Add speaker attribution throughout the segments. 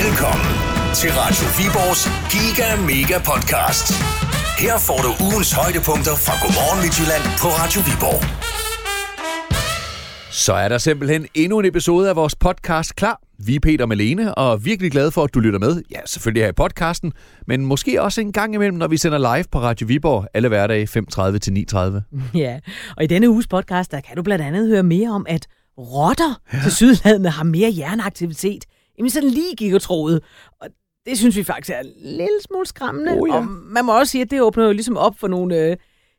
Speaker 1: Velkommen til Radio Viborgs Giga Mega Podcast. Her får du ugens højdepunkter fra Godmorgen Midtjylland på Radio Viborg.
Speaker 2: Så er der simpelthen endnu en episode af vores podcast klar. Vi er Peter Malene, og er virkelig glade for, at du lytter med. Ja, selvfølgelig her i podcasten, men måske også en gang imellem, når vi sender live på Radio Viborg alle hverdage 5.30 til 9.30.
Speaker 3: Ja, og i denne uges podcast, der kan du blandt andet høre mere om, at rotter ja. til sydlandet har mere hjerneaktivitet, end sådan lige gik og troede. Og det synes vi faktisk er en lille smule skræmmende.
Speaker 2: Oh ja.
Speaker 3: Og man må også sige, at det åbner jo ligesom op for nogle øh,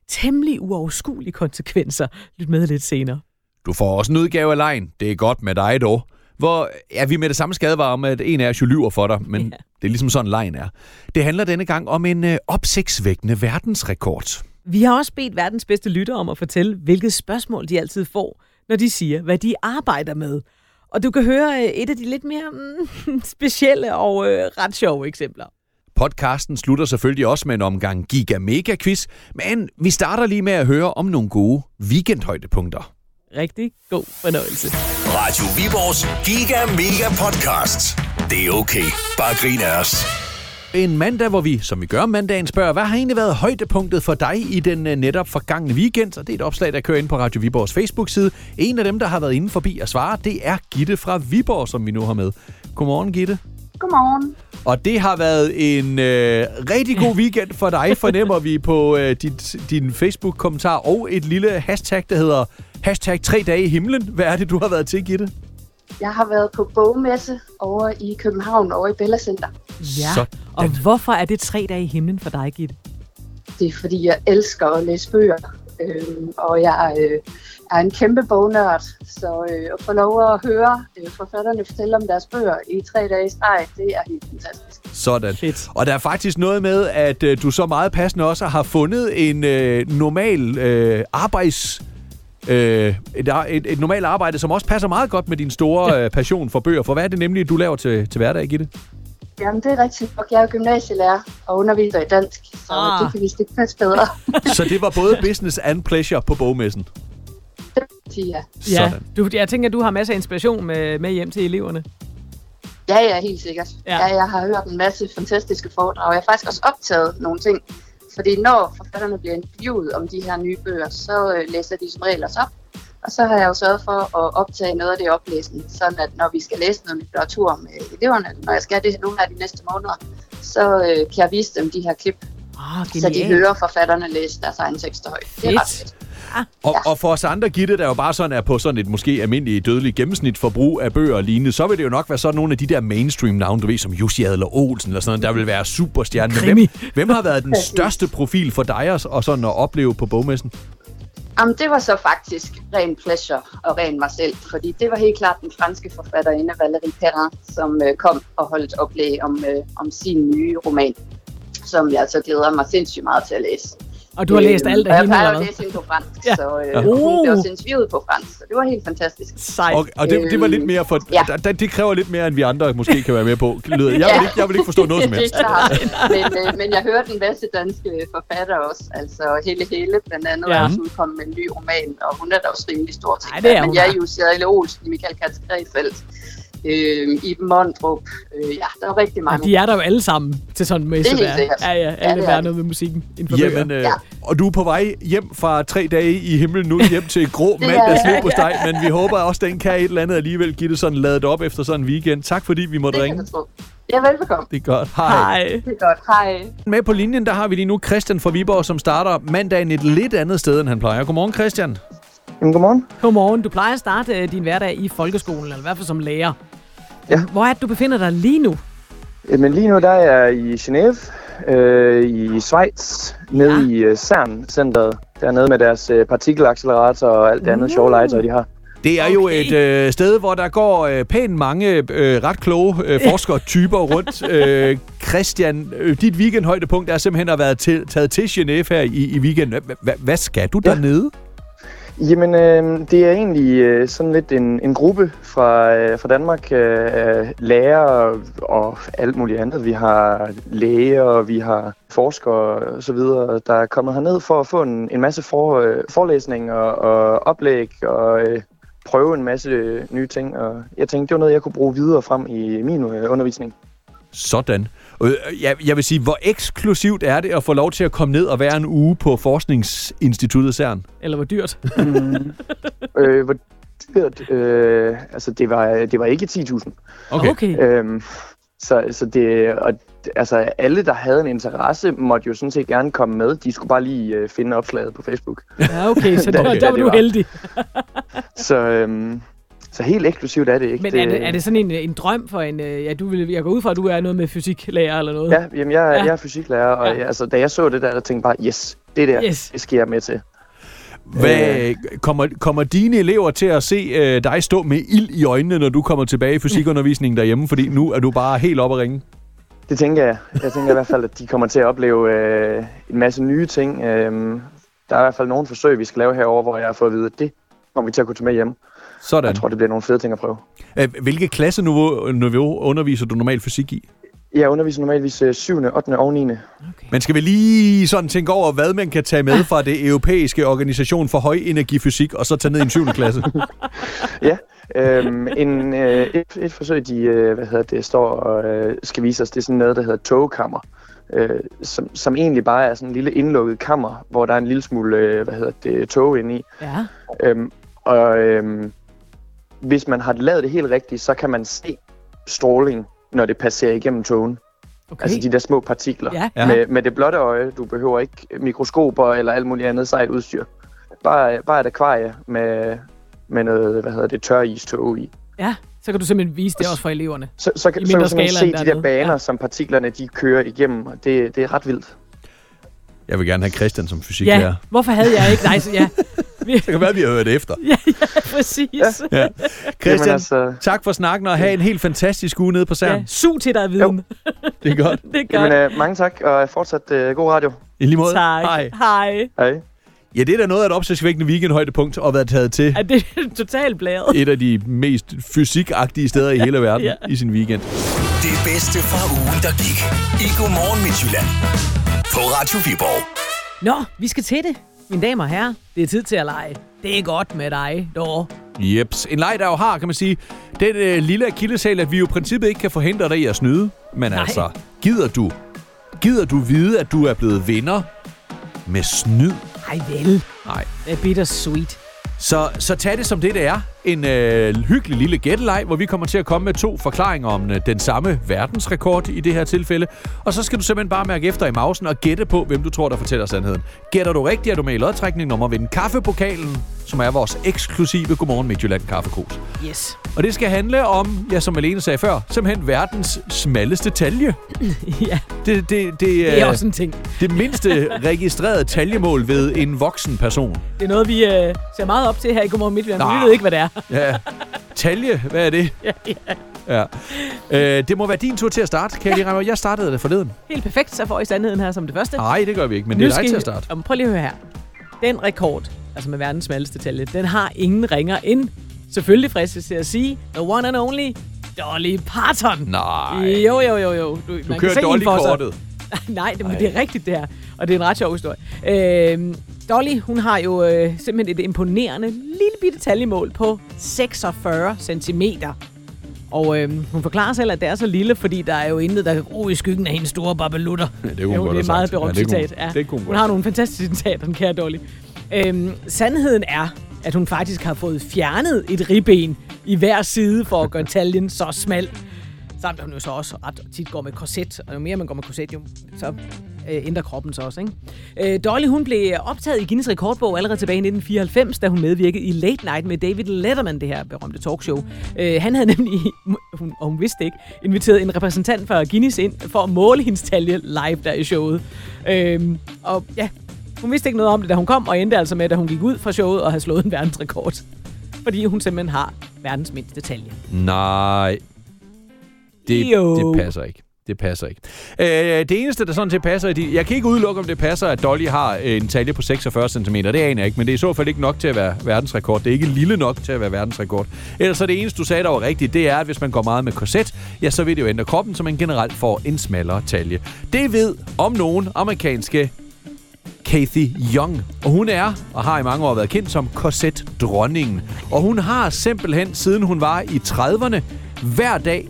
Speaker 3: temmelig uoverskuelige konsekvenser. Lyt med lidt senere.
Speaker 2: Du får også en udgave af lejen. Det er godt med dig dog. Hvor ja, vi med det samme skade var om, at en af os jo lyver for dig, men
Speaker 3: Ja.
Speaker 2: det er ligesom sådan, lejen er. Det handler denne gang om en øh, opsigtsvækkende verdensrekord.
Speaker 3: Vi har også bedt verdens bedste lyttere om at fortælle, hvilket spørgsmål de altid får, når de siger, hvad de arbejder med. Og du kan høre øh, et af de lidt mere mm, specielle og øh, ret sjove eksempler.
Speaker 2: Podcasten slutter selvfølgelig også med en omgang Giga Mega Quiz, men vi starter lige med at høre om nogle gode weekendhøjdepunkter.
Speaker 3: Rigtig god fornøjelse.
Speaker 1: Radio Viborgs Giga Mega Podcast. Det er okay. Bare grin af os.
Speaker 2: En mandag, hvor vi, som vi gør om mandagen, spørger, hvad har egentlig været højdepunktet for dig i den øh, netop forgangne weekend? Og det er et opslag, der kører ind på Radio Viborgs Facebook-side. En af dem, der har været inde forbi og svare, det er Gitte fra Viborg, som vi nu har med. Godmorgen, Gitte.
Speaker 4: Godmorgen.
Speaker 2: Og det har været en øh, rigtig god weekend for dig, fornemmer vi på øh, dit, din Facebook-kommentar. Og et lille hashtag, der hedder hashtag 3 dage i himlen. Hvad er det, du har været til, Gitte?
Speaker 4: Jeg har været på bogmesse over i København, over i Bella Center.
Speaker 3: Ja,
Speaker 2: Sådan.
Speaker 3: og hvorfor er det tre dage i himlen for dig, Gitte?
Speaker 4: Det er fordi, jeg elsker at læse bøger, øhm, og jeg øh, er en kæmpe bognørd. Så øh, at få lov at høre øh, forfatterne fortælle om deres bøger i tre dage i streg, det er helt fantastisk.
Speaker 2: Sådan.
Speaker 3: Fedt.
Speaker 2: Og der er faktisk noget med, at øh, du så meget passende også har fundet en øh, normal øh, arbejds... Øh, et, ar- et, et normalt arbejde, som også passer meget godt med din store øh, passion for bøger. For hvad er det nemlig, du laver til, til hverdag, Gitte?
Speaker 4: Jamen, det er rigtigt nok. Jeg er gymnasielærer og underviser i dansk, så
Speaker 3: Ah.
Speaker 4: ah. det kan vist ikke passe bedre.
Speaker 2: Så det var både business and pleasure på bogmessen.
Speaker 4: ja.
Speaker 2: Sådan.
Speaker 3: du, jeg tænker, du har masser af inspiration med, med hjem til eleverne.
Speaker 4: Ja, ja, helt sikkert.
Speaker 3: Ja.
Speaker 4: Ja. ja, jeg har hørt en masse fantastiske foredrag, og jeg har faktisk også optaget nogle ting. Fordi når forfatterne bliver interviewet om de her nye bøger, så øh, læser de som regel også op. Og så har jeg jo sørget for at optage noget af det i oplæsning, sådan at når vi skal læse noget litteratur med eleverne, eller når jeg skal det nogle af de næste måneder, så øh, kan jeg vise dem de her klip,
Speaker 3: Åh, oh,
Speaker 4: så de hører forfatterne læse deres egne tekster højt. Det er ret
Speaker 3: Fedt.
Speaker 4: fedt.
Speaker 2: Og,
Speaker 4: Ja.
Speaker 2: og for os andre gitte, der jo bare sådan er på sådan et måske almindeligt dødeligt gennemsnit forbrug af bøger og lignende, så vil det jo nok være sådan nogle af de der mainstream navne, du ved, som Jussi Adler Olsen eller sådan noget, der vil være superstjernen. Men
Speaker 3: Krimi.
Speaker 2: Hvem, hvem har været den største profil for dig og, og sådan at opleve på bogmessen?
Speaker 4: Jamen, det var så faktisk ren pleasure og ren mig selv, fordi det var helt klart den franske forfatterinde Valérie Perrin, som øh, kom og holdt oplæg om, øh, om sin nye roman, som jeg så glæder mig sindssygt meget til at læse.
Speaker 3: Og du har læst
Speaker 4: Øhm,
Speaker 3: alt
Speaker 4: og
Speaker 3: af hende,
Speaker 4: Jeg
Speaker 3: eller
Speaker 4: plejer at
Speaker 3: hvad?
Speaker 4: læse hende på fransk,
Speaker 3: Ja.
Speaker 4: ja. så øh,
Speaker 2: Ja.
Speaker 4: hun blev
Speaker 3: Uh.
Speaker 4: også interviewet på fransk, så det var helt fantastisk.
Speaker 3: Sejt.
Speaker 2: Og,
Speaker 3: Okay.
Speaker 2: og det, det, var lidt mere for...
Speaker 4: øhm, Ja.
Speaker 2: Ja. Det, det kræver lidt mere, end vi andre måske kan være med på. lyder- Jeg vil ikke, jeg vil ikke forstå noget som
Speaker 4: det
Speaker 2: helst.
Speaker 4: er klart. men, øh, men jeg hørte en masse danske forfatter også, altså Helle Helle blandt andet,
Speaker 3: Ja.
Speaker 4: ja. også udkommet med en ny roman, og hun er da også rimelig stor til.
Speaker 3: Ej, det er hun
Speaker 4: men jeg
Speaker 3: da.
Speaker 4: er jo Cyril Olsen, Michael Katz Krefeldt, øh, Iben Mondrup, øh, ja, der er rigtig mange.
Speaker 3: Og de er der jo alle sammen til sådan en messe.
Speaker 4: Det er helt
Speaker 3: der.
Speaker 4: sikkert.
Speaker 3: Ja, ja,
Speaker 4: Ja,
Speaker 3: alle
Speaker 4: det
Speaker 3: ja,
Speaker 4: er
Speaker 3: er noget med musikken inden for bøger.
Speaker 2: Jamen, øh, ja.
Speaker 4: Ja.
Speaker 2: og du er på vej hjem fra tre dage i himlen nu, hjem til grå
Speaker 4: er
Speaker 2: mandags
Speaker 4: jeg.
Speaker 2: liv på steg, men vi håber også, den kan et eller andet alligevel give det sådan ladet op efter sådan en weekend. Tak fordi vi måtte
Speaker 4: det
Speaker 2: ringe.
Speaker 4: kan jeg tro. Ja, velbekomme.
Speaker 2: Det er godt. Hej.
Speaker 3: øh, Hej.
Speaker 4: Det er godt. Hej.
Speaker 2: Med på linjen, der har vi lige nu Christian fra Viborg, som starter mandagen et lidt andet sted, end han plejer. Godmorgen, Christian.
Speaker 5: Jamen, godmorgen.
Speaker 3: Godmorgen. Du plejer at starte øh, din hverdag i folkeskolen, eller i hvert fald som lærer.
Speaker 5: Ja.
Speaker 3: Hvor er det, du befinder dig lige nu?
Speaker 5: Jamen, Øh, lige nu der er jeg i Genève, øh, i Schweiz, nede
Speaker 3: Ja.
Speaker 5: ja. i øh, CERN-centret. Dernede med deres øh, partikelaccelerator og alt det andet sjove legetøj, de har.
Speaker 2: Det er okay. jo et øh, sted, hvor der går øh, pænt mange øh, ret kloge øh, forskertyper rundt. Øh, Christian, øh, dit weekendhøjdepunkt er simpelthen at være til, taget til Genève her i, i weekenden. Hva- hva- Hvad skal du dernede?
Speaker 5: Jamen, øh, det er egentlig øh, sådan lidt en, en gruppe fra, øh, fra Danmark. Øh, lærer og alt muligt andet. Vi har læger, vi har forskere og så videre, der er kommet herned for at få en, en masse for, øh, forelæsninger og oplæg og øh, prøve en masse øh, nye ting, og jeg tænkte, det var noget, jeg kunne bruge videre frem i min øh, undervisning.
Speaker 2: Sådan. Øh, Jeg, jeg vil sige, hvor eksklusivt er det at få lov til at komme ned og være en uge på Forskningsinstituttet CERN?
Speaker 3: Eller hvor dyrt.
Speaker 5: Øh, hvor dyrt, øh, altså det var, det var ikke 10.000.
Speaker 3: okay.
Speaker 5: Øhm, så, så det, og, altså alle, der havde en interesse, måtte jo sådan set gerne komme med. De skulle bare lige øh, finde opslaget på Facebook.
Speaker 3: Ja, okay, så
Speaker 5: Da-
Speaker 3: der,
Speaker 5: da
Speaker 3: der var
Speaker 5: det
Speaker 3: du
Speaker 5: var.
Speaker 3: heldig.
Speaker 5: Så, øhm, så helt eksklusivt er det ikke.
Speaker 3: Men er det, er det sådan en, en drøm for en... øh, Ja, du vil, jeg går ud fra, at du er noget med fysiklærer eller noget.
Speaker 5: Ja, jamen jeg,
Speaker 3: Ja.
Speaker 5: ja. jeg er fysiklærer, og
Speaker 3: Ja.
Speaker 5: ja. altså, da jeg så det der, der tænkte jeg bare, yes, det der,
Speaker 3: Yes.
Speaker 5: yes. det skal jeg med til.
Speaker 2: Hvad, kommer, kommer dine elever til at se øh, dig stå med ild i øjnene, når du kommer tilbage i fysikundervisningen derhjemme? Fordi nu er du bare helt oppe at ringe.
Speaker 5: Det tænker jeg. Jeg tænker i hvert fald, at de kommer til at opleve øh, en masse nye ting. Øh, der er i hvert fald nogle forsøg, vi skal lave herover, hvor jeg har fået at vide, at det kommer vi til at kunne tage med hjem.
Speaker 2: Sådan.
Speaker 5: Jeg tror, det bliver nogle fede ting at prøve.
Speaker 2: Øh, Hvilke klasseniveau niveau underviser du normalt fysik i?
Speaker 5: Jeg underviser normalvis øh, 7., 8. og 9.
Speaker 2: Man skal vel lige sådan tænke over, hvad man kan tage med fra det europæiske organisation for højenergifysik, og så tage ned i en 7. klasse.
Speaker 5: Ja, øhm, en, øh, et, et forsøg, de øh, hvad hedder det, står og øh, skal vise os, det er sådan noget, der hedder togkammer. Øh, som, som egentlig bare er sådan en lille indlukket kammer, hvor der er en lille smule øh, hvad hedder det, tog inde i.
Speaker 3: Ja.
Speaker 5: Øhm, og øhm, hvis man har lavet det helt rigtigt, så kan man se stråling, når det passerer igennem togen.
Speaker 3: Okay.
Speaker 5: Altså de der små partikler.
Speaker 3: Ja.
Speaker 2: Ja.
Speaker 5: Med, med det blotte øje, du behøver ikke mikroskoper eller alt muligt andet sejt udstyr. Bare, bare et akvarie med, med noget, hvad hedder det, tør istog i.
Speaker 3: ja, så kan du simpelthen vise det også for eleverne.
Speaker 5: Så, så, kan-
Speaker 3: I
Speaker 5: så kan
Speaker 3: mindre
Speaker 5: du simpelthen
Speaker 3: skala end
Speaker 5: se de
Speaker 3: dernede.
Speaker 5: der baner,
Speaker 3: Ja.
Speaker 5: ja. som partiklerne de kører igennem, og det, det er ret vildt.
Speaker 2: Jeg vil gerne have Christian som
Speaker 3: Ja,
Speaker 2: fysiklærer.
Speaker 3: hvorfor havde jeg ikke dig? så- Ja,
Speaker 2: Det kan være, vi har hørt efter.
Speaker 3: præcis. Ja.
Speaker 2: Ja. Christian,
Speaker 5: Jamen, altså-
Speaker 2: tak for snakken, og have en helt fantastisk uge nede på CERN.
Speaker 3: Ja. Sug til dig viden. Jo.
Speaker 2: Det er godt.
Speaker 3: Det er godt.
Speaker 5: Jamen, øh, mange tak, og fortsat øh, god radio.
Speaker 2: I lige måde.
Speaker 3: tak.
Speaker 2: Hej.
Speaker 3: Hej.
Speaker 5: Hej.
Speaker 2: Ja, det er da noget af et opsigtsvækkende weekendhøjdepunkt at være taget til
Speaker 3: Er det totalt blæret?
Speaker 2: et af de mest fysikagtige steder i hele verden
Speaker 3: Ja.
Speaker 2: ja. i sin weekend.
Speaker 1: Det bedste fra ugen, der gik. I Godmorgen Midtjylland. På Radio Viborg.
Speaker 3: Nå, vi skal til det. Mine damer og herrer, det er tid til at lege. Det er godt med dig, dog.
Speaker 2: Jeps. En leg, der jo har, kan man sige, den øh, lille akillesal, at vi jo i princippet ikke kan forhindre dig i at snyde. Men
Speaker 3: Nej.
Speaker 2: Nej. altså, gider du? Gider du vide, at du er blevet vinder med snyd?
Speaker 3: Hej vel.
Speaker 2: Nej.
Speaker 3: Det er bittersweet.
Speaker 2: Så, så tag det som det, det er. En øh, hyggelig lille gætteleg, hvor vi kommer til at komme med to forklaringer om øh, den samme verdensrekord i det her tilfælde. Og så skal du simpelthen bare mærke efter i mausen og gætte på, hvem du tror, der fortæller sandheden. Gætter du rigtigt, er du med i lodtrækningen om at vinde kaffepokalen, som er vores eksklusive Godmorgen Midtjylland kaffekrus.
Speaker 3: Yes.
Speaker 2: Og det skal handle om, ja, som Alene sagde før, simpelthen verdens smalleste talje.
Speaker 3: ja,
Speaker 2: Det, det, det,
Speaker 3: det er
Speaker 2: øh,
Speaker 3: også en ting.
Speaker 2: det mindste registrerede taljemål ved en voksen person.
Speaker 3: Det er noget, vi øh, ser meget op til her i Godmorgen Midtjylland. men Vi
Speaker 2: Nå.
Speaker 3: ved ikke, hvad det er.
Speaker 2: Ja. Talje, hvad er det?
Speaker 3: Ja,
Speaker 2: ja. Øh, det må være din tur til at starte, kan jeg lige regne ud. Jeg startede det forleden.
Speaker 3: Helt perfekt, så får I sandheden her som det første.
Speaker 2: Nej, det gør vi ikke, Ah, men det er dig til at starte.
Speaker 3: Om, prøv lige at høre her. Den rekord, altså med verdens smalleste talje, den har ingen ringer end. Selvfølgelig fristes til at sige, the one and only Dolly Parton.
Speaker 2: Nej.
Speaker 3: Jo, jo, jo, jo. Du,
Speaker 2: Du kører dårligt kortet.
Speaker 3: Nej, det, men det er rigtigt, det her. Og det er en ret sjov historie. Øhm, Dolly, hun har jo øh, simpelthen et imponerende lille bitte taljemål på 46 cm. Og øhm, hun forklarer selv, at det er så lille, fordi der er jo intet, der kan gro i skyggen af hendes store babelutter. Ja,
Speaker 2: det kunne hun godt
Speaker 3: det er
Speaker 2: have sagt.
Speaker 3: et meget
Speaker 2: Ja,
Speaker 3: berømt
Speaker 2: det kunne hun-
Speaker 3: citat. Ja.
Speaker 2: det kunne hun
Speaker 3: hun
Speaker 2: godt
Speaker 3: har
Speaker 2: have
Speaker 3: nogle fantastiske citater, den kære Dolly. Øhm, sandheden er, at hun faktisk har fået fjernet et ribben i hver side for at gøre taljen så smal. Samt at hun jo så også ret tit går med korset, og jo mere man går med korset, jo så øh, ændrer kroppen så også. Ikke? Øh, Dolly hun blev optaget i Guinness rekordbog allerede tilbage i 1994, da hun medvirkede i Late Night med David Letterman, det her berømte talkshow. Øh, han havde nemlig, hun, og hun vidste det ikke, inviteret en repræsentant fra Guinness ind for at måle hendes talje live der i showet. Øh, og ja, hun vidste ikke noget om det, da hun kom, og endte altså med, da hun gik ud fra showet og havde slået en verdensrekord. Fordi hun simpelthen har verdens mindste talje.
Speaker 2: Nej. Det,
Speaker 3: Jo.
Speaker 2: det passer ikke. Det passer ikke. Øh, det eneste, der sådan til passer, er de, jeg kan ikke udelukke, om det passer, at Dolly har øh, en talje på 46 cm. Det aner jeg ikke, men det er i så fald ikke nok til at være verdensrekord. Det er ikke lille nok til at være verdensrekord. Ellers så det eneste, du sagde, der var rigtigt, det er, at hvis man går meget med korset, ja, så vil det jo ændre kroppen, så man generelt får en smallere talje. Det ved om nogen amerikanske Kathy Young. Og hun er, og har i mange år været kendt som korsetdronningen. Og hun har simpelthen, siden hun var i 30'erne, hver dag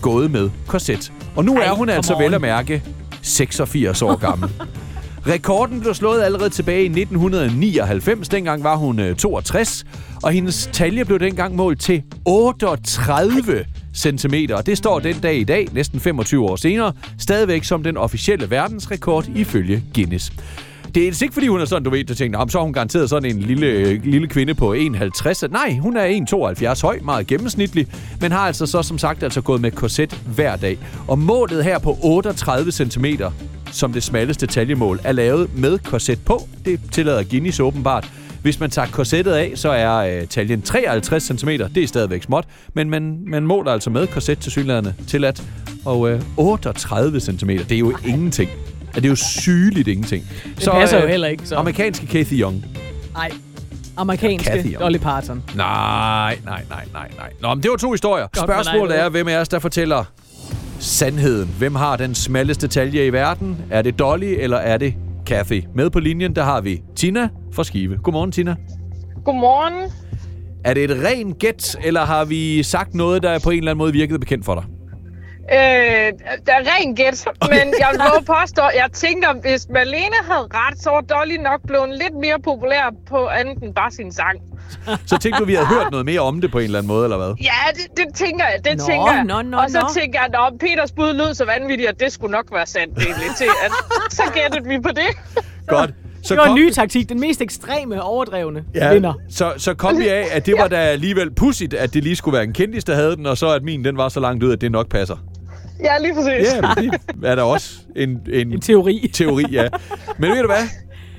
Speaker 2: gået med korset. Og nu Ej, er hun
Speaker 3: come
Speaker 2: altså
Speaker 3: on.
Speaker 2: vel at mærke 86 år gammel. Rekorden blev slået allerede tilbage i 1999. Dengang var hun øh, 62, og hendes talje blev dengang målt til 38 cm. Og det står den dag i dag, næsten 25 år senere, stadigvæk som den officielle verdensrekord ifølge Guinness. Det er altså ikke, fordi hun er sådan, du ved, der tænkte, "Nå, men så er hun garanteret sådan en lille, øh, lille kvinde på 1,50. Nej, hun er 1,72 høj, meget gennemsnitlig, men har altså så som sagt altså gået med korset hver dag. Og målet her på 38 cm, som det smalleste taljemål, er lavet med korset på. Det tillader Guinness åbenbart. Hvis man tager korsettet af, så er øh, taljen 53 cm. Det er stadigvæk småt, men man, man måler altså med korset til synlæderne tilladt. Og øh, 38 cm, det er jo ingenting. Ja, Det er jo sygeligt ingenting. Det
Speaker 3: passer jo heller ikke, så.
Speaker 2: øh, Amerikanske Kathy Young.
Speaker 3: Nej. Amerikanske
Speaker 2: Kathy, om-
Speaker 3: Dolly Parton.
Speaker 2: Nej, nej, nej, nej, nej. Nå, men det var to historier.
Speaker 3: men nej,
Speaker 2: Spørgsmålet
Speaker 3: det-
Speaker 2: er, hvem af os, der fortæller sandheden? Hvem har den smalleste talje i verden? Er det Dolly, eller er det Kathy? Med på linjen, der har vi Tina fra Skive. Godmorgen, Tina.
Speaker 6: Godmorgen.
Speaker 2: Er det et rent gæt, eller har vi sagt noget, der på en eller anden måde virkede bekendt for dig?
Speaker 6: Øh, der er ren gæt, men jeg vil våge at påstå, jeg tænker, hvis Malene havde ret, så var Dolly nok blevet lidt mere populær på andet end bare sin sang.
Speaker 2: Så tænkte du, vi havde hørt noget mere om det på en eller anden måde, eller hvad?
Speaker 6: Ja, det, det tænker jeg, det
Speaker 3: Nå,
Speaker 6: tænker jeg.
Speaker 3: nå, nå,
Speaker 6: og så
Speaker 3: nå.
Speaker 6: tænker jeg, at Peters bud lød så vanvittigt, at det skulle nok være sandt egentlig til, at så gættede vi på det.
Speaker 2: Godt. Så
Speaker 3: Det var en
Speaker 2: kom-
Speaker 3: ny taktik. Den mest ekstreme overdrevne
Speaker 2: Ja,
Speaker 3: vinder.
Speaker 2: Så, så kom vi af, at det var da alligevel pudsigt, at det lige skulle være en kendis, der havde den, og så at min, den var så langt ud, at det nok passer.
Speaker 6: Ja, lige præcis.
Speaker 2: Ja, men det er da også en, en,
Speaker 3: En teori.
Speaker 2: teori, ja. Men ved du hvad?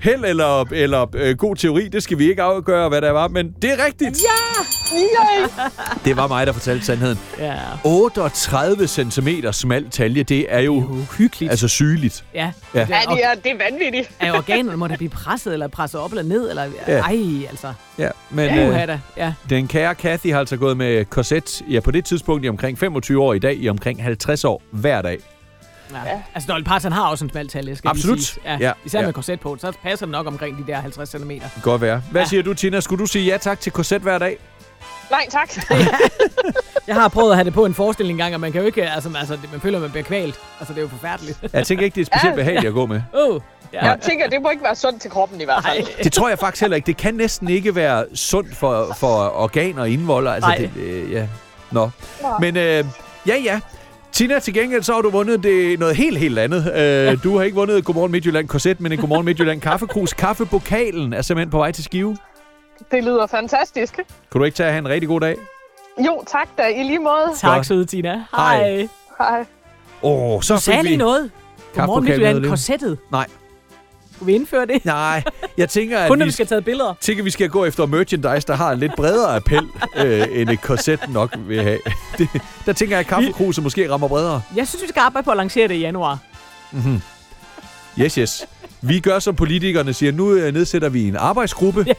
Speaker 2: Held eller, eller øh, god teori, det skal vi ikke afgøre, hvad der var, men det er rigtigt. Ja!
Speaker 6: Yay.
Speaker 2: Det var mig, der fortalte sandheden.
Speaker 3: Ja.
Speaker 2: 38 cm smal talje, det er jo
Speaker 3: Uhyggeligt.
Speaker 2: altså sygeligt.
Speaker 3: Uh, Ja.
Speaker 2: Ja.
Speaker 6: Ja,
Speaker 3: Og,
Speaker 6: det er, det er vanvittigt.
Speaker 3: er organerne måtte blive presset, eller presset op eller ned, eller...
Speaker 2: Ja.
Speaker 3: Ej, altså.
Speaker 2: Ja, men
Speaker 3: Uha
Speaker 2: øh,
Speaker 3: da. Ja.
Speaker 2: den kære Kathy har altså gået med korset, ja, på det tidspunkt i omkring 25 år, i dag i omkring 50 år hver dag.
Speaker 3: ja. Altså, Dolly Parton har også en smal talje, skal
Speaker 2: Absolut.
Speaker 3: Lige sige. Ja.
Speaker 2: Ja,
Speaker 3: ja. Især
Speaker 2: ja.
Speaker 3: med korset på, så passer den nok omkring de der 50 cm.
Speaker 2: Godt være. Hvad siger du, Tina? Skulle du sige ja tak til korset hver dag?
Speaker 6: Nej, tak.
Speaker 3: Jeg har prøvet at have det på en forestilling engang, og man kan jo ikke... Altså, altså det- man føler, man bliver kvalt. Altså, det er jo forfærdeligt.
Speaker 2: Jeg tænker ikke, det er specielt
Speaker 6: Ja.
Speaker 2: behageligt at gå med.
Speaker 3: Åh. Ja.
Speaker 6: Jeg tænker, det må ikke være sundt til kroppen i hvert fald.
Speaker 2: Det tror jeg faktisk heller ikke. Det kan næsten ikke være sundt for, for organer og indvolder. Altså,
Speaker 3: Nej.
Speaker 2: det, øh, ja. Nå. Men øh, ja, ja. Tina, til gengæld så har du vundet det, noget helt, helt andet. Øh, du har ikke vundet Godmorgen Midtjylland korset, men en Godmorgen Midtjylland kaffekrus. Kaffebokalen er simpelthen på vej til skive.
Speaker 6: Det lyder fantastisk.
Speaker 2: Kunne du ikke tage at have en rigtig god dag?
Speaker 6: Jo, tak da. I lige måde.
Speaker 3: Tak,
Speaker 2: Godt.
Speaker 3: søde Tina.
Speaker 2: Hej.
Speaker 3: Hej. Hej.
Speaker 6: Hej.
Speaker 2: Åh, oh, så fik
Speaker 3: Sagde
Speaker 2: vi...
Speaker 3: lige noget. Godmorgen,
Speaker 2: Kaffebokalen med
Speaker 3: Midtjylland.
Speaker 2: det.
Speaker 3: Korsettet.
Speaker 2: Nej.
Speaker 3: Skulle vi indføre det?
Speaker 2: Nej, jeg tænker, at
Speaker 3: Kun når
Speaker 2: vi
Speaker 3: vi skal tage billeder.
Speaker 2: tænker, vi skal gå efter merchandise, der har en lidt bredere appel, øh, end et korset nok vil have. Det, der tænker jeg, at kaffekruset måske rammer bredere.
Speaker 3: Jeg synes, vi skal arbejde på at lancere det i januar.
Speaker 2: Yes, yes. Vi gør, som politikerne siger. Nu øh, nedsætter vi en arbejdsgruppe,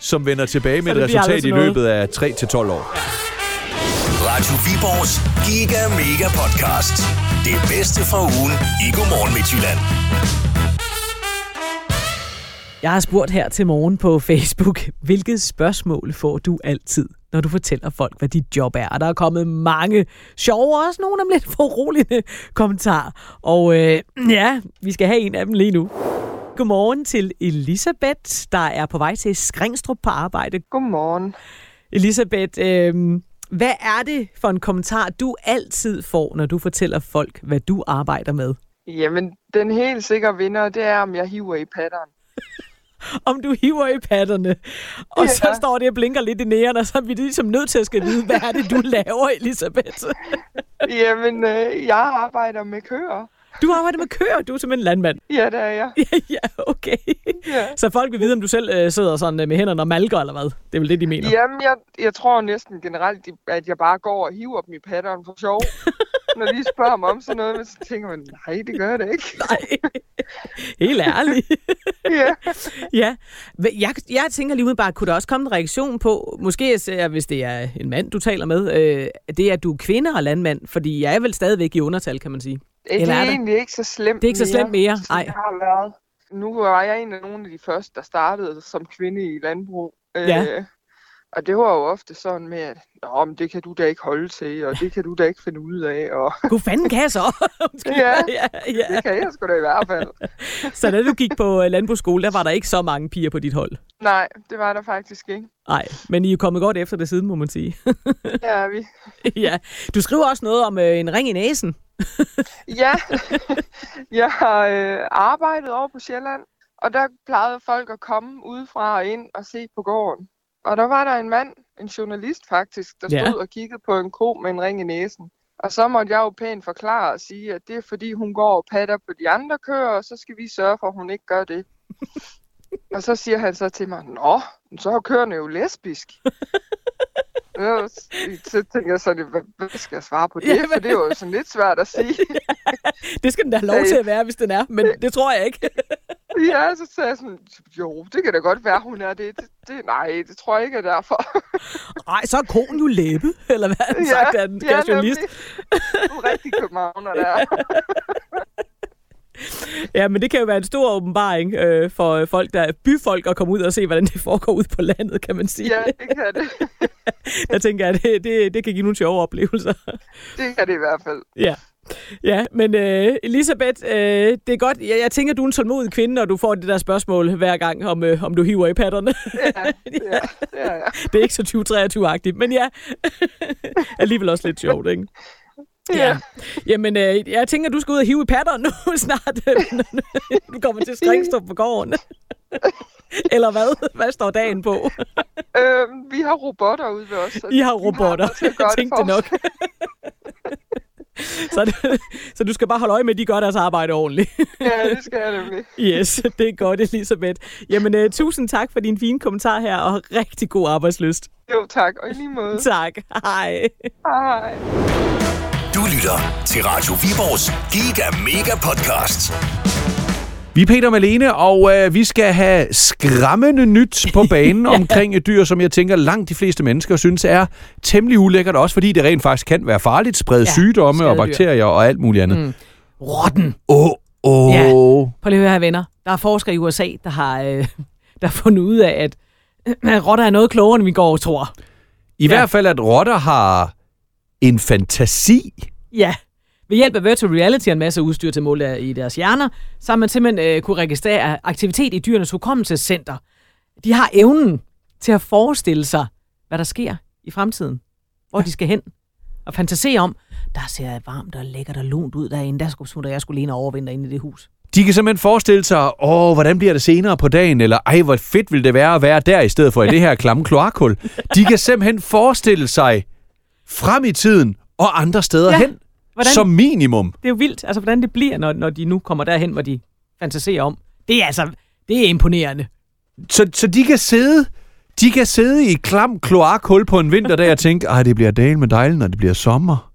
Speaker 2: som vender tilbage med
Speaker 3: Så
Speaker 2: et
Speaker 3: det bliver aldrig
Speaker 2: resultat i
Speaker 3: til noget.
Speaker 2: løbet af 3-12 år.
Speaker 1: Radio Viborgs Giga Mega Podcast. Det bedste fra ugen i Godmorgen Midtjylland.
Speaker 3: Jeg har spurgt her til morgen på Facebook, hvilket spørgsmål får du altid, når du fortæller folk, hvad dit job er? Og der er kommet mange sjove, og også nogle af dem lidt foruroligende kommentarer. Og øh, ja, vi skal have en af dem lige nu. Godmorgen til Elisabeth, der er på vej til Skringstrup på arbejde.
Speaker 6: Godmorgen.
Speaker 3: Elisabeth, øh, hvad er det for en kommentar, du altid får, når du fortæller folk, hvad du arbejder med?
Speaker 6: Jamen, den helt sikre vinder, det er, om jeg hiver i patteren.
Speaker 3: om du hiver i patterne. Og ja.
Speaker 6: Ja.
Speaker 3: så står det og blinker lidt i næren, og så er vi ligesom nødt til at skal vide, hvad er det, du laver, Elisabeth?
Speaker 6: Jamen, øh, jeg arbejder med køer.
Speaker 3: Du arbejder med køer, du er simpelthen landmand.
Speaker 6: Ja, det er jeg.
Speaker 3: Ja, ja, okay.
Speaker 6: Ja.
Speaker 3: Så folk vil vide, om du selv øh, sidder sådan øh, med hænderne og malker, eller hvad? Det er vel det, de mener.
Speaker 6: Jamen, jeg, jeg tror næsten generelt, at jeg bare går og hiver dem i patteren for sjov. Når de spørger mig om sådan noget, men så tænker man, nej, det gør det ikke.
Speaker 3: Nej. Helt ærligt.
Speaker 6: Ja.
Speaker 3: ja. Hva- Jeg, jeg tænker lige umiddelbart, kunne der også komme en reaktion på, måske især, hvis det er en mand, du taler med, øh, det er, at du er kvinde og landmand, fordi jeg er vel stadigvæk i undertal, kan man sige.
Speaker 6: Det
Speaker 3: Eller
Speaker 6: er
Speaker 3: er der?
Speaker 6: egentlig ikke så slemt
Speaker 3: Det er ikke så slemt mere,
Speaker 6: som
Speaker 3: nej.
Speaker 6: Det har været.
Speaker 7: nu var jeg en af nogle af de første, der startede som kvinde i landbrug.
Speaker 3: Ja.
Speaker 7: Øh, og det var jo ofte sådan med, at Nå, men det kan du da ikke holde til, og det kan du da ikke finde ud af, og
Speaker 3: Gud fanden kan jeg så? Undskyld.
Speaker 7: Ja.
Speaker 3: ja, ja.
Speaker 7: det kan jeg sgu da i hvert fald.
Speaker 3: Så da du gik på øh, landbrugsskole, der var der ikke så mange piger på dit hold?
Speaker 7: Nej, det var der faktisk ikke.
Speaker 3: Nej, men I er kommet godt efter det siden, må man sige.
Speaker 7: Der er vi.
Speaker 3: ja. Du skriver også noget om øh, en ring i næsen.
Speaker 7: Ja, jeg har øh, arbejdet over på Sjælland, og der plejede folk at komme udefra og ind og se på gården. Og der var der en mand, en journalist faktisk, der
Speaker 3: Ja.
Speaker 7: stod og kiggede på en ko med en ring i næsen. Og så måtte jeg jo pænt forklare og sige, at det er fordi hun går og patter på de andre køer, og så skal vi sørge for, at hun ikke gør det. og så siger han så til mig, Nå, men så er køerne jo lesbisk. Ja, så så tænker jeg sådan, hvad hvad skal jeg svare på det? For det er jo sådan lidt svært at sige.
Speaker 3: Det skal den da have lov
Speaker 7: Øh.
Speaker 3: til at være, hvis den er, men det tror jeg ikke.
Speaker 7: Ja, så sagde jeg sådan, jo, det kan da godt være, hun er det. det, det nej, det tror jeg ikke er derfor.
Speaker 3: Nej, så er konen jo læbe, eller hvad har den sagt af den ja, journalist.
Speaker 7: nemlig. Du er rigtig københavner der.
Speaker 3: Ja, men det kan jo være en stor åbenbaring øh, for øh, folk, der er byfolk, at komme ud og se, hvordan det foregår ud på landet, kan man sige.
Speaker 7: Ja, det kan det.
Speaker 3: Jeg tænker, at det, det, det kan give nogle sjove oplevelser.
Speaker 7: Det kan det i hvert fald.
Speaker 3: Ja. Ja, men øh, Elisabeth, øh, det er godt. Jeg, jeg tænker, du er en tålmodig kvinde, når du får det der spørgsmål hver gang, om, øh, om du hiver i patterne.
Speaker 7: Ja, ja, det er jeg.
Speaker 3: Det er ikke så 2023-agtigt, men ja, alligevel også lidt sjovt, ikke?
Speaker 7: Ja.
Speaker 3: Jamen, øh, jeg tænker, du skal ud og hive i patterne nu snart. du kommer til Springstrup på gården. Eller hvad? Hvad står dagen på?
Speaker 7: Øhm, vi har robotter ude ved os. så
Speaker 3: I har
Speaker 7: de
Speaker 3: robotter.
Speaker 7: andre til at gøre
Speaker 3: Jeg tænkte det
Speaker 7: for
Speaker 3: nok.
Speaker 7: os.
Speaker 3: så, det, så du skal bare holde øje med, at de gør deres arbejde ordentligt.
Speaker 7: Ja, det skal jeg nemlig.
Speaker 3: Yes, det er godt, Elisabeth. Jamen, øh, tusind tak for din fine kommentar her, og rigtig god arbejdsløst.
Speaker 7: Jo, tak. Og i lige måde.
Speaker 3: Tak. Hej.
Speaker 7: Hej.
Speaker 1: Du lytter til Radio Viborgs Giga Mega Podcast.
Speaker 2: Vi er Peter og Malene, og øh, vi skal have skræmmende nyt på banen ja. omkring et dyr, som jeg tænker langt de fleste mennesker synes er temmelig ulækkert, også fordi det rent faktisk kan være farligt, sprede ja, sygdomme og
Speaker 3: skadedyr.
Speaker 2: bakterier og alt muligt andet. Åh, mm.
Speaker 3: Rotten.
Speaker 2: åh. Oh, oh.
Speaker 3: Ja.
Speaker 2: ja.
Speaker 3: Prøv lige at høre her, venner. Der er forskere i USA, der har, øh, der har fundet ud af, at at rotter er noget klogere, end vi går og tror.
Speaker 2: I hvert fald, at rotter har en fantasi.
Speaker 3: Ja. Ved hjælp af virtual reality og en masse udstyr til mål i deres hjerner, så har man simpelthen øh, kunne registrere aktivitet i dyrenes hukommelsescenter. De har evnen til at forestille sig, hvad der sker i fremtiden. Hvor de skal hen. Og fantasere om, der ser jeg varmt og lækkert og lunt ud derinde. Der skulle smutte, jeg skulle lige ind og overvinde inde i det hus.
Speaker 2: De kan simpelthen forestille sig, åh, hvordan bliver det senere på dagen, eller ej, hvor fedt ville det være at være der, i stedet for i det her klamme kloakhul. De kan simpelthen forestille sig frem i tiden og andre steder
Speaker 3: Ja,
Speaker 2: hen,
Speaker 3: hvordan-
Speaker 2: som minimum.
Speaker 3: Det er jo vildt, altså hvordan det bliver, når, når de nu kommer derhen, hvor de fantaserer om. Det er altså, det er imponerende.
Speaker 2: Så, så de kan sidde... De kan sidde i et klam kloakhul på en vinterdag og tænke, ej, det bliver dalen med dejlen, når det bliver sommer.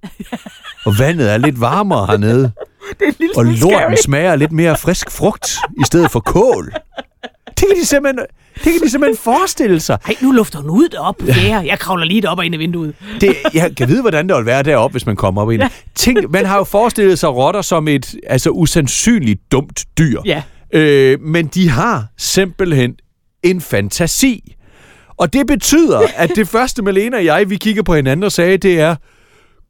Speaker 2: Og vandet er lidt varmere hernede.
Speaker 3: Det er en lille
Speaker 2: Og
Speaker 3: smule
Speaker 2: lorten
Speaker 3: scary.
Speaker 2: smager lidt mere frisk frugt i stedet for kål. Det kan de simpelthen, det kan de simpelthen forestille sig.
Speaker 3: Ej, nu lufter hun ud deroppe. Ja, jeg kravler lige deroppe og ind i vinduet.
Speaker 2: Det, jeg kan vide, hvordan det vil være deroppe, hvis man kommer op i ja. Tænk, man har jo forestillet sig rotter som et altså, usandsynligt dumt dyr.
Speaker 3: Ja.
Speaker 2: Øh, men de har simpelthen en fantasi. Og det betyder, at det første, Malene og jeg, vi kigger på hinanden og sagde, det er...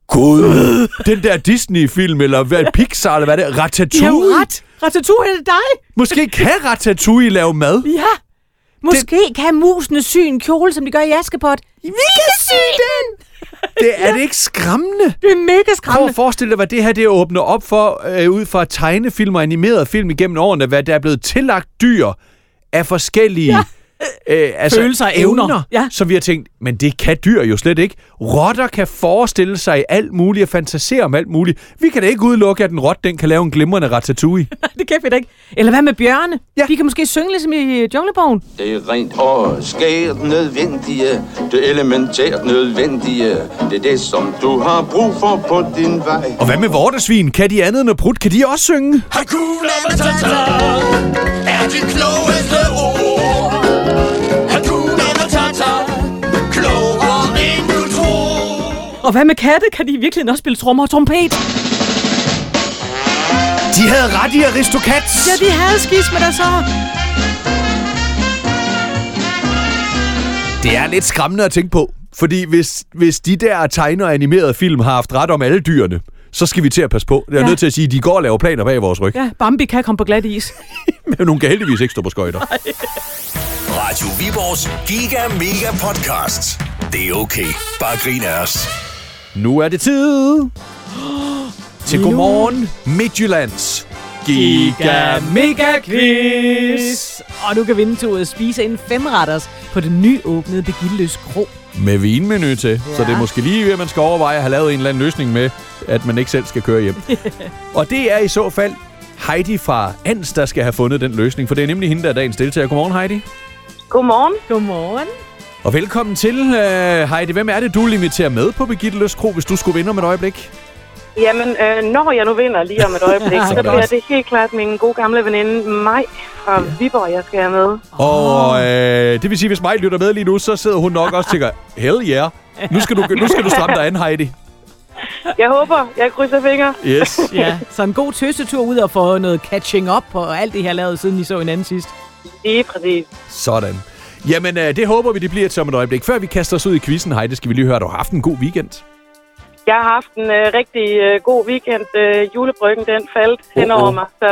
Speaker 2: Gud, den der Disney-film, eller hvad, Pixar, eller hvad det er,
Speaker 3: De har jo
Speaker 2: Ratatouille.
Speaker 3: ret. Ratatouille er det dig?
Speaker 2: Måske kan Ratatouille lave mad.
Speaker 3: Ja. Måske det... kan musene sy en kjole, som de gør i Askepot. Vi kan sy den!
Speaker 2: Det, er det ikke skræmmende?
Speaker 3: Det er mega
Speaker 2: Prøv at
Speaker 3: skræmmende.
Speaker 2: forestille dig, hvad det her det åbner op for, øh, ud fra tegnefilm og animeret film igennem årene, hvad der er blevet tillagt dyr af forskellige ja. øh, altså
Speaker 3: Følelser og evner. Ja.
Speaker 2: som vi har tænkt, men det kan dyr jo slet ikke. Rotter kan forestille sig alt muligt og fantasere om alt muligt. Vi kan da ikke udelukke, at en rot den kan lave en glimrende ratatouille.
Speaker 3: Det kan vi da ikke. Eller hvad med bjørne?
Speaker 2: Ja.
Speaker 3: De kan måske synge ligesom i øh, Junglebogen.
Speaker 8: Det er rent og skært nødvendige, det elementært nødvendige. Det er det, som du har brug for på din vej.
Speaker 2: Og hvad med vortesvin? Kan de andet end at prut? Kan de også synge?
Speaker 9: Hakuna Matata er det klogeste ord. Hakuna Matata, klogere end du tror.
Speaker 3: Og hvad med katte? Kan de virkelig også spille trommer og trompet?
Speaker 10: De havde ret i Aristocats.
Speaker 3: Ja, de havde skisme der så.
Speaker 2: Det er lidt skræmmende at tænke på. Fordi hvis, hvis de der tegner og animerede film har haft ret om alle dyrene, så skal vi til at passe på. Jeg er ja.
Speaker 3: Ja.
Speaker 2: nødt til at sige, at de går og laver planer bag vores ryg. Ja.
Speaker 3: Ja, Bambi kan komme på glat is.
Speaker 2: Men hun kan heldigvis ikke stå på skøjter.
Speaker 1: Radio Viborgs Giga Mega Podcast. Det er okay. Bare grin af os.
Speaker 2: Nu er det tid til Godmorgen Midtjyllands Giga
Speaker 3: mega quiz. Og du kan vinde til at spise en femretters på den nyåbnede Begildeløs Kro.
Speaker 2: med vinmenu til. Ja. Så
Speaker 3: Ja.
Speaker 2: det er måske lige ved, at man skal overveje at have lavet en eller anden løsning med, at man ikke selv skal køre hjem. og det er i så fald Heidi fra Ans, der skal have fundet den løsning, for det er nemlig hende, der er dagens deltager. Godmorgen, Heidi.
Speaker 11: Godmorgen.
Speaker 3: Godmorgen.
Speaker 2: Og velkommen til, uh, Heidi. Hvem er det, du vil invitere med på Birgitte Løs Kro, hvis du skulle vinde om et øjeblik?
Speaker 11: Jamen, øh, når jeg nu vinder lige om et øjeblik, så
Speaker 2: Sådan.
Speaker 11: bliver det helt klart min gode gamle veninde Maj fra Viborg, jeg skal have med.
Speaker 2: Og øh, det vil sige, hvis mig lytter med lige nu, så sidder hun nok også og tænker, hell yeah, nu skal du, nu skal du stramme dig an, Heidi.
Speaker 11: Jeg håber, jeg krydser fingre.
Speaker 2: Yes.
Speaker 3: Ja, så en god tøsetur ud og få noget catching up og alt det her lavet, siden I så hinanden sidst.
Speaker 11: Lige præcis.
Speaker 2: Sådan. Jamen, øh, det håber vi, det bliver til om et øjeblik. Før vi kaster os ud i quizzen, Heidi, skal vi lige høre, at du har haft en god weekend.
Speaker 11: Jeg har haft en øh, rigtig øh, god weekend. Øh, julebryggen, den faldt oh, hen
Speaker 2: Åh,
Speaker 11: over
Speaker 2: åh.
Speaker 11: mig, så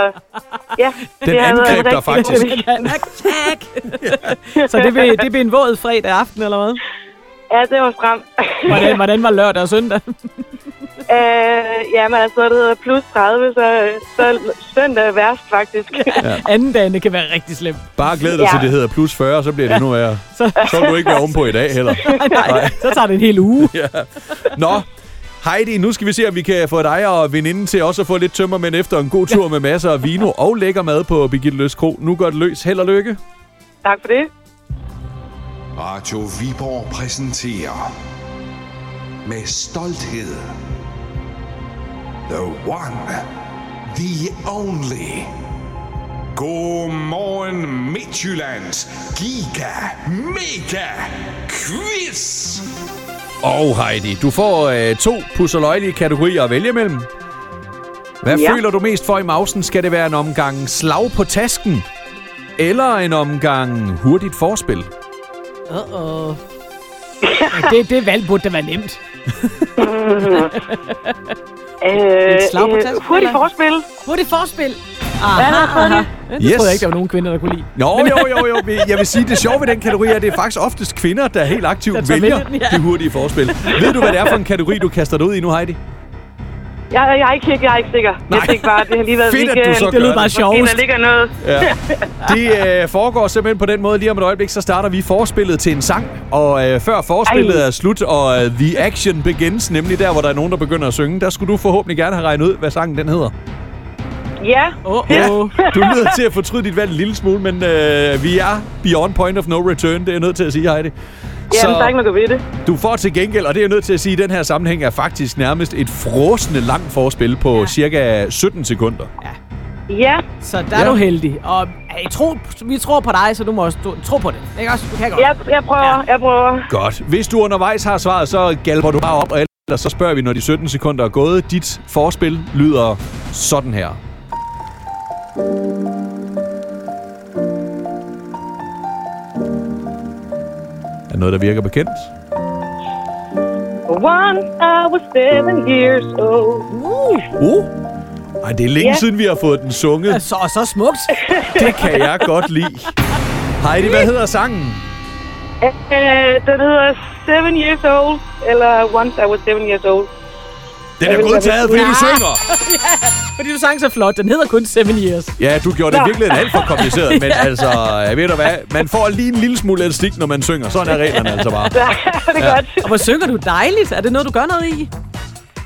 Speaker 11: ja.
Speaker 2: Den
Speaker 11: det har været
Speaker 2: angreb
Speaker 11: en
Speaker 2: dig
Speaker 11: rigtig god
Speaker 2: faktisk.
Speaker 11: weekend.
Speaker 3: tak. så det blev, det blev en våd fredag aften, eller hvad?
Speaker 11: Ja, det var stramt.
Speaker 3: Hvordan, hvordan var lørdag og søndag?
Speaker 11: øh, jamen, altså, det hedder plus 30, så, så søndag er værst faktisk.
Speaker 3: Anden dagen kan være rigtig slemt.
Speaker 2: Bare glæd dig ja.
Speaker 11: Ja.
Speaker 2: til, det hedder plus 40, så bliver det endnu værre.
Speaker 3: Så,
Speaker 2: Så vil du ikke være ovenpå i dag heller.
Speaker 3: nej, så tager det en hel uge.
Speaker 2: Nå, Heidi, nu skal vi se, om vi kan få dig og veninden til også at få lidt tømmermænd efter en god tur med masser af vino og lækker mad på Birgitte Løs Kro. Nu går det løs. Held og lykke.
Speaker 11: tak for det.
Speaker 9: Radio Viborg præsenterer med stolthed The One, The Only. Godmorgen Midtjyllands Giga Mega Quiz.
Speaker 2: Og Heidi, du får øh, to pusseløjelige kategorier at vælge mellem. Hvad ja.
Speaker 11: Ja.
Speaker 2: føler du mest for i mausen? Skal det være en omgang slag på tasken? Eller en omgang hurtigt forspil?
Speaker 3: Uh-oh. Ja, det, det valg burde da være nemt.
Speaker 11: Øh,
Speaker 3: Et slag på tasken,
Speaker 11: hurtigt
Speaker 3: eller?
Speaker 11: forspil.
Speaker 3: Hurtigt forspil. Aha, aha. Det
Speaker 2: Yes.
Speaker 3: yes. troede jeg ikke, der var nogen kvinder, der kunne lide.
Speaker 2: Nå, jo, jo, jo. vi- Jeg vil sige, det sjove ved den kategori er, at det er faktisk oftest kvinder, der helt
Speaker 3: Der
Speaker 2: aktivt
Speaker 3: tager
Speaker 2: vælger
Speaker 3: med den, ja.
Speaker 2: det hurtige forspil. Ved du, hvad det er for en kategori, du kaster dig ud i nu, Heidi?
Speaker 11: Jeg, jeg, er ikke, jeg er ikke sikker.
Speaker 2: Nej.
Speaker 11: Jeg tænkte bare, det har lige været øh,
Speaker 2: Fedt, at du
Speaker 11: weekend.
Speaker 2: så
Speaker 3: Det lød
Speaker 2: gør
Speaker 3: bare
Speaker 2: det.
Speaker 11: Måske
Speaker 3: sjovest.
Speaker 11: der ligger noget.
Speaker 2: Ja. Det øh, foregår simpelthen på den måde. Lige om et øjeblik, så starter vi forspillet til en sang. Og øh, før forspillet
Speaker 11: Ej.
Speaker 2: er slut, og øh, the action begins, nemlig der, hvor der er nogen, der begynder at synge, der skulle du forhåbentlig gerne have regnet ud, hvad sangen den hedder.
Speaker 11: Ja,
Speaker 3: Åh,
Speaker 2: Ja.
Speaker 3: åh.
Speaker 2: Du er nødt til at fortryde dit valg en lille smule, men øh, vi er beyond point of no return, det er jeg nødt til at sige, Heidi.
Speaker 11: jamen, der er ikke noget at ved det.
Speaker 2: Du får til gengæld, og det er jeg nødt til at sige, at den her sammenhæng er faktisk nærmest et frosende langt forspil på ja. cirka 17 sekunder.
Speaker 11: Ja,
Speaker 3: Så der er
Speaker 2: Ja.
Speaker 3: du heldig. Og hey, tro, vi tror på dig, så du må også du, tro på det. Ikke også? Du kan godt.
Speaker 11: jeg, jeg prøver, jeg prøver.
Speaker 2: Godt. Hvis du undervejs har svaret, så galber du bare op, og ellers så spørger vi, når de 17 sekunder er gået. Dit forspil lyder sådan her. Er noget, der virker bekendt?
Speaker 11: One, I was seven years old.
Speaker 3: Uh,
Speaker 2: Uh. Ej, det er længe
Speaker 11: Ja.
Speaker 2: siden, vi har fået den sunget.
Speaker 3: så, så smukt.
Speaker 2: Det kan jeg godt lide. Heidi, hvad hedder sangen?
Speaker 11: Øh, den hedder Seven Years Old, eller Once I was seven years old.
Speaker 2: Den er godtaget, fordi du synger.
Speaker 3: Fordi du sang så flot. Den hedder kun Seven Years.
Speaker 2: Ja, du gjorde det virkelig alt for kompliceret, men altså, jeg ved du hvad, man får lige en lille smule elastik, når man synger. Sådan er reglerne altså bare.
Speaker 11: Ja, det er godt.
Speaker 3: Og hvor synger du dejligt. Er det noget, du gør noget i?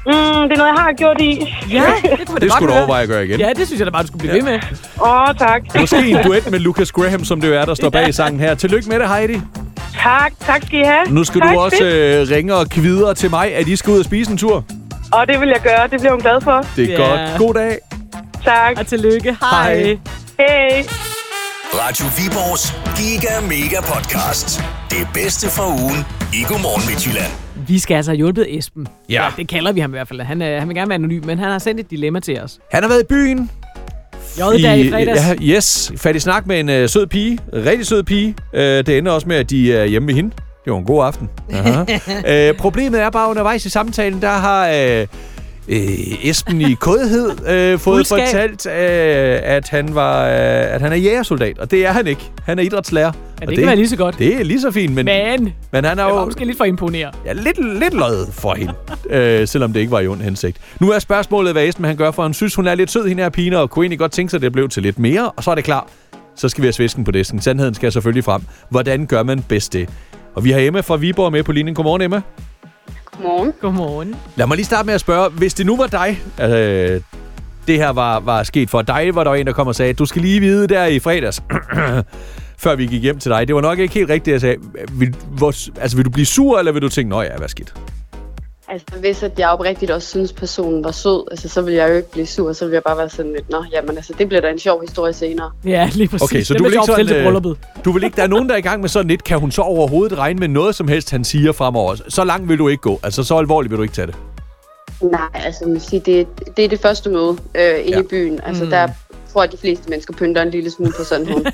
Speaker 11: Mm, det er noget, jeg har gjort i.
Speaker 3: Ja, det kunne man da
Speaker 2: Det
Speaker 3: godt
Speaker 2: skulle du
Speaker 3: høre.
Speaker 2: overveje at gøre igen.
Speaker 3: Ja, det synes jeg da bare, du skulle blive ja. ved med.
Speaker 11: Åh, oh, tak.
Speaker 2: Måske en duet med Lucas Graham, som det jo er, der står bag sangen her. Tillykke med det, Heidi.
Speaker 11: Tak, tak skal I have.
Speaker 2: Nu skal
Speaker 11: tak,
Speaker 2: du også
Speaker 11: fedt.
Speaker 2: øh, ringe og kvidere til mig, at I skal ud og spise en tur.
Speaker 11: Og det vil jeg gøre, det bliver hun glad for.
Speaker 2: Det er
Speaker 3: Ja.
Speaker 2: godt. God dag.
Speaker 11: Tak.
Speaker 3: Og tillykke. Hej.
Speaker 2: Hej.
Speaker 3: Hej.
Speaker 11: Hej.
Speaker 1: Radio Viborgs Giga Mega Podcast. Det bedste fra ugen i Godmorgen Midtjylland.
Speaker 3: Vi skal altså have hjulpet Esben.
Speaker 2: Ja.
Speaker 3: Det kalder vi ham i hvert fald. Han, øh, han vil gerne være anonym, men han har sendt et dilemma til os.
Speaker 2: Han har været i byen.
Speaker 3: J-dag i fredags.
Speaker 2: Ja, yes, fat i snak med en øh, sød pige. Rigtig sød pige. Øh, det ender også med, at de er hjemme ved hende. Det var en god aften. Aha. øh, problemet er bare, undervejs i samtalen, der har... Øh, Øh, Esben i kodhed øh, fået
Speaker 3: Fuldskab.
Speaker 2: fortalt, øh, at, han var, øh, at han er jægersoldat, og det er han ikke. Han er idrætslærer. Og
Speaker 3: det kan være lige så godt.
Speaker 2: Det er lige så fint, men,
Speaker 3: Men,
Speaker 2: men han er
Speaker 3: jeg var
Speaker 2: jo
Speaker 3: måske lidt for imponeret.
Speaker 2: ja, lidt, lidt løjet for hende, øh, selvom det ikke var i ond hensigt. Nu er spørgsmålet, hvad Esben han gør, for han synes, hun er lidt sød, hende her pigen, og kunne egentlig godt tænke sig, at det blev til lidt mere, og så er det klar. Så skal vi have svisken på disken. Sandheden skal selvfølgelig frem. Hvordan gør man bedst det? Og vi har Emma fra Viborg med på linjen. Godmorgen, Emma.
Speaker 4: Godmorgen.
Speaker 3: Godmorgen.
Speaker 2: Lad mig lige starte med at spørge, hvis det nu var dig, øh, det her var, var sket for dig, hvor der var en, der kom og sagde, du skal lige vide der i fredags, før vi gik hjem til dig. Det var nok ikke helt rigtigt, jeg sagde. Vil, hvor, altså, vil du blive sur, eller vil du tænke, nå ja, hvad skidt?
Speaker 4: Altså, hvis at jeg oprigtigt også synes, personen var sød, altså, så ville jeg jo ikke blive sur, så ville jeg bare være sådan lidt, nå, jamen altså, det bliver da en sjov historie senere.
Speaker 3: Ja, lige præcis.
Speaker 2: Okay, så
Speaker 3: Den
Speaker 2: du
Speaker 3: vil
Speaker 2: vil,
Speaker 3: jeg
Speaker 2: ikke
Speaker 3: opstille
Speaker 2: sådan,
Speaker 3: til brylluppet.
Speaker 2: øh, du vil ikke... Der er nogen, der er i gang med sådan lidt. Kan hun så overhovedet regne med noget som helst, han siger fremover? Så langt vil du ikke gå. Altså, så alvorligt vil du ikke tage det.
Speaker 4: Nej, altså, man kan sige, det, det er det første møde øh, inde
Speaker 2: Ja.
Speaker 4: ja. i byen. Altså, mm. der tror jeg, de fleste mennesker pynter en lille smule på sådan hun.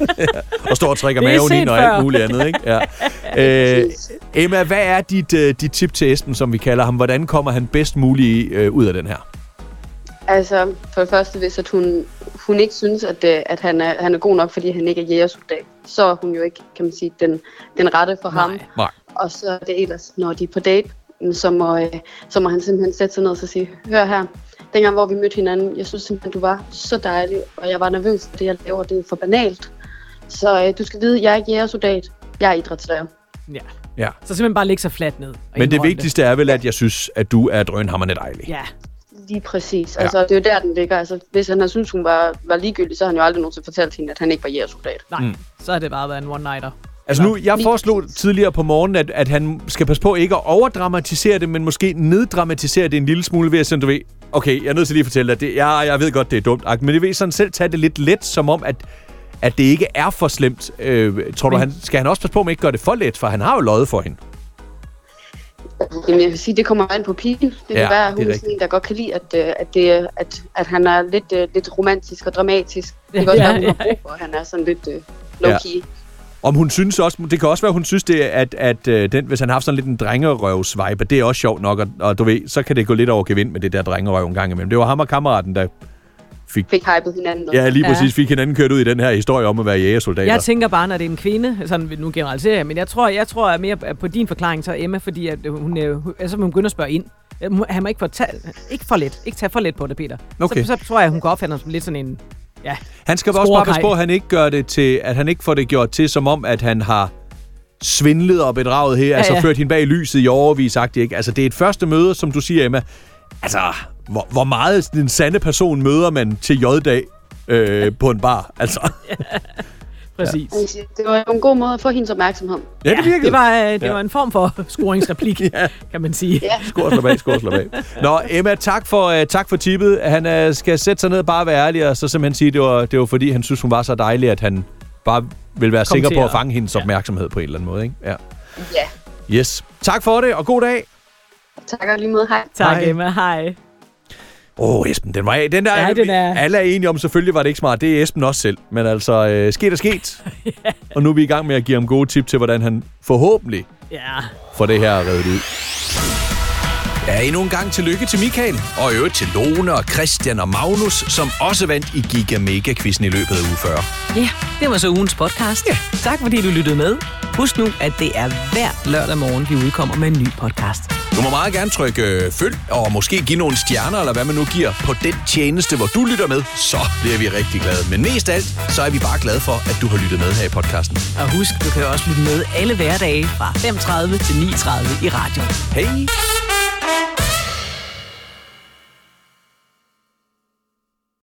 Speaker 2: Og står og trækker
Speaker 3: Det er
Speaker 2: maven
Speaker 3: set
Speaker 2: ind og
Speaker 3: før.
Speaker 2: alt muligt andet, ikke? Ja. Øh, Emma, hvad er dit, øh, dit tip til Esben, som vi kalder ham? Hvordan kommer han bedst muligt øh, ud af den her?
Speaker 4: altså, for det første, hvis at hun, hun ikke synes, at, øh, at han, er, han er god nok, fordi han ikke er jægersoldat, så er hun jo ikke, kan man sige, den, den rette for ham.
Speaker 2: Nej.
Speaker 4: Og så er det ellers, når de er på date, mm, så må, øh, så må han simpelthen sætte sig ned og så sige, hør her, dengang hvor vi mødte hinanden, jeg synes simpelthen, du var så dejlig, og jeg var nervøs for det, jeg laver, det er for banalt. Så øh, du skal vide, jeg er ikke jægersoldat, jeg er idrætslærer.
Speaker 3: Ja.
Speaker 2: Ja.
Speaker 3: Så simpelthen bare lægge sig fladt ned. og
Speaker 2: Men det
Speaker 3: indrømme
Speaker 2: vigtigste er vel, at jeg synes, at du er drønhammerne dejlig.
Speaker 3: Ja,
Speaker 4: Lige præcis. Ja. Altså, det er jo der, den ligger. Altså, hvis han havde syntes, hun var, var ligegyldig, så har han jo aldrig nogensinde fortalt hende, at han ikke var jægersoldat.
Speaker 3: nej. Mm. Så har det bare været en one-nighter.
Speaker 2: Altså nu, jeg foreslog tidligere på morgen, at, at han skal passe på ikke at overdramatisere det, men måske neddramatisere det en lille smule ved at sige, du ved, okay, jeg er nødt til lige at fortælle dig, at det, ja, jeg ved godt, det er dumt, ak, men det ved sådan selv tage det lidt let, som om, at, at det ikke er for slemt. Øh, tror du, han, skal han også passe på, at man ikke gør det for let, for han har jo løjet for hende.
Speaker 4: Jamen, jeg vil sige, det kommer an på pigen. Det kan
Speaker 2: Ja,
Speaker 4: ja, være, at
Speaker 2: det er
Speaker 4: hun er sådan en, der godt kan lide, at, øh, at, det, er- at, at han er lidt, øh, lidt romantisk og dramatisk. Det kan også
Speaker 3: Ja,
Speaker 4: være, hun har
Speaker 3: ja.
Speaker 4: brug for, at han er sådan lidt øh, low-key. Ja.
Speaker 2: Om hun synes også, det kan også være, hun synes det, at, at øh, den, hvis han har haft sådan lidt en drengerøvsvibe, det er også sjovt nok, og, og du ved, så kan det gå lidt over gevind med det der drengerøv en gang imellem. Det var ham og kammeraten, der
Speaker 4: Fik hypet hinanden. op.
Speaker 2: ja, lige
Speaker 3: Ja.
Speaker 2: præcis fik hinanden kørt ud i den her historie om at være jægersoldater.
Speaker 3: Jeg tænker bare, når det er en kvinde, sådan nu generaliserer jeg, men jeg tror, jeg tror mere på din forklaring så Emma, fordi at hun, øh, hun- altså, hun begynder at spørge ind. Øh, hun- Han må ikke, fortale, ikke for let. Ikke tage for let på det, Peter.
Speaker 2: Okay.
Speaker 3: Så, så tror jeg, hun kan opfatte ham som lidt sådan en... Ja,
Speaker 2: Han skal også bare passe
Speaker 3: Sporkaj.
Speaker 2: på, at han ikke gør det til, at han ikke får det gjort til, som om, at han har svindlet og bedraget her, ja, altså
Speaker 3: ja.
Speaker 2: ført hende bag lyset i overvis, sagt det ikke. Altså, det er et første møde, som du siger, Emma. Altså, hvor, hvor meget den sande person møder man til J-dag øh, på en bar? Altså,
Speaker 3: præcis.
Speaker 4: Jeg vil sige, Det var jo en god måde at få hendes opmærksomhed.
Speaker 2: ja, det virkede.
Speaker 3: Det var, øh, det
Speaker 2: Ja.
Speaker 3: ja. var en form for scoringsreplik, ja. kan man sige. Ja.
Speaker 2: Skål og slap af, skål og slap af. Nå, Emma, tak for, uh, tak for tippet. Han uh, skal sætte sig ned og bare være ærlig, og så simpelthen sige, det var, det var fordi, han synes, hun var så dejlig, at han bare vil være sikker
Speaker 3: til
Speaker 2: på at
Speaker 3: at-
Speaker 2: fange hendes opmærksomhed på en eller anden måde. Ikke? Ja.
Speaker 4: Ja.
Speaker 2: Yes. Tak for det, og god dag.
Speaker 4: Tak og lige måde. Hej.
Speaker 3: Tak,
Speaker 2: Hej.
Speaker 3: Emma. Hej.
Speaker 2: Åh, oh, Esben, den var af. Den der,
Speaker 3: Ja, den er-
Speaker 2: Alle er enige om, selvfølgelig var det ikke smart. Det er Esben også selv. Men altså, øh, sket er sket. Og nu er vi i gang med at give ham gode tip til, hvordan han forhåbentlig
Speaker 3: Ja.
Speaker 2: får det her reddet ud. Ja, endnu en gang tillykke til Michael.
Speaker 1: Og i øvrigt til Lone og Christian og Magnus, som også vandt i Giga mega quizzen i løbet af uge 40.
Speaker 12: Ja, det var så ugens podcast. Ja. Tak fordi du lyttede med. Husk nu, at det er hver lørdag morgen, vi udkommer med en ny podcast.
Speaker 1: Du må meget gerne trykke øh, følg og måske give nogle stjerner, eller hvad man nu giver, på den tjeneste, hvor du lytter med. Så bliver vi rigtig glade. Men mest af alt, så er vi bare glade for, at du har lyttet med her i podcasten.
Speaker 12: Og husk, du kan også lytte med alle hverdage fra 5.30 til 9.30 i radioen.
Speaker 1: Hej!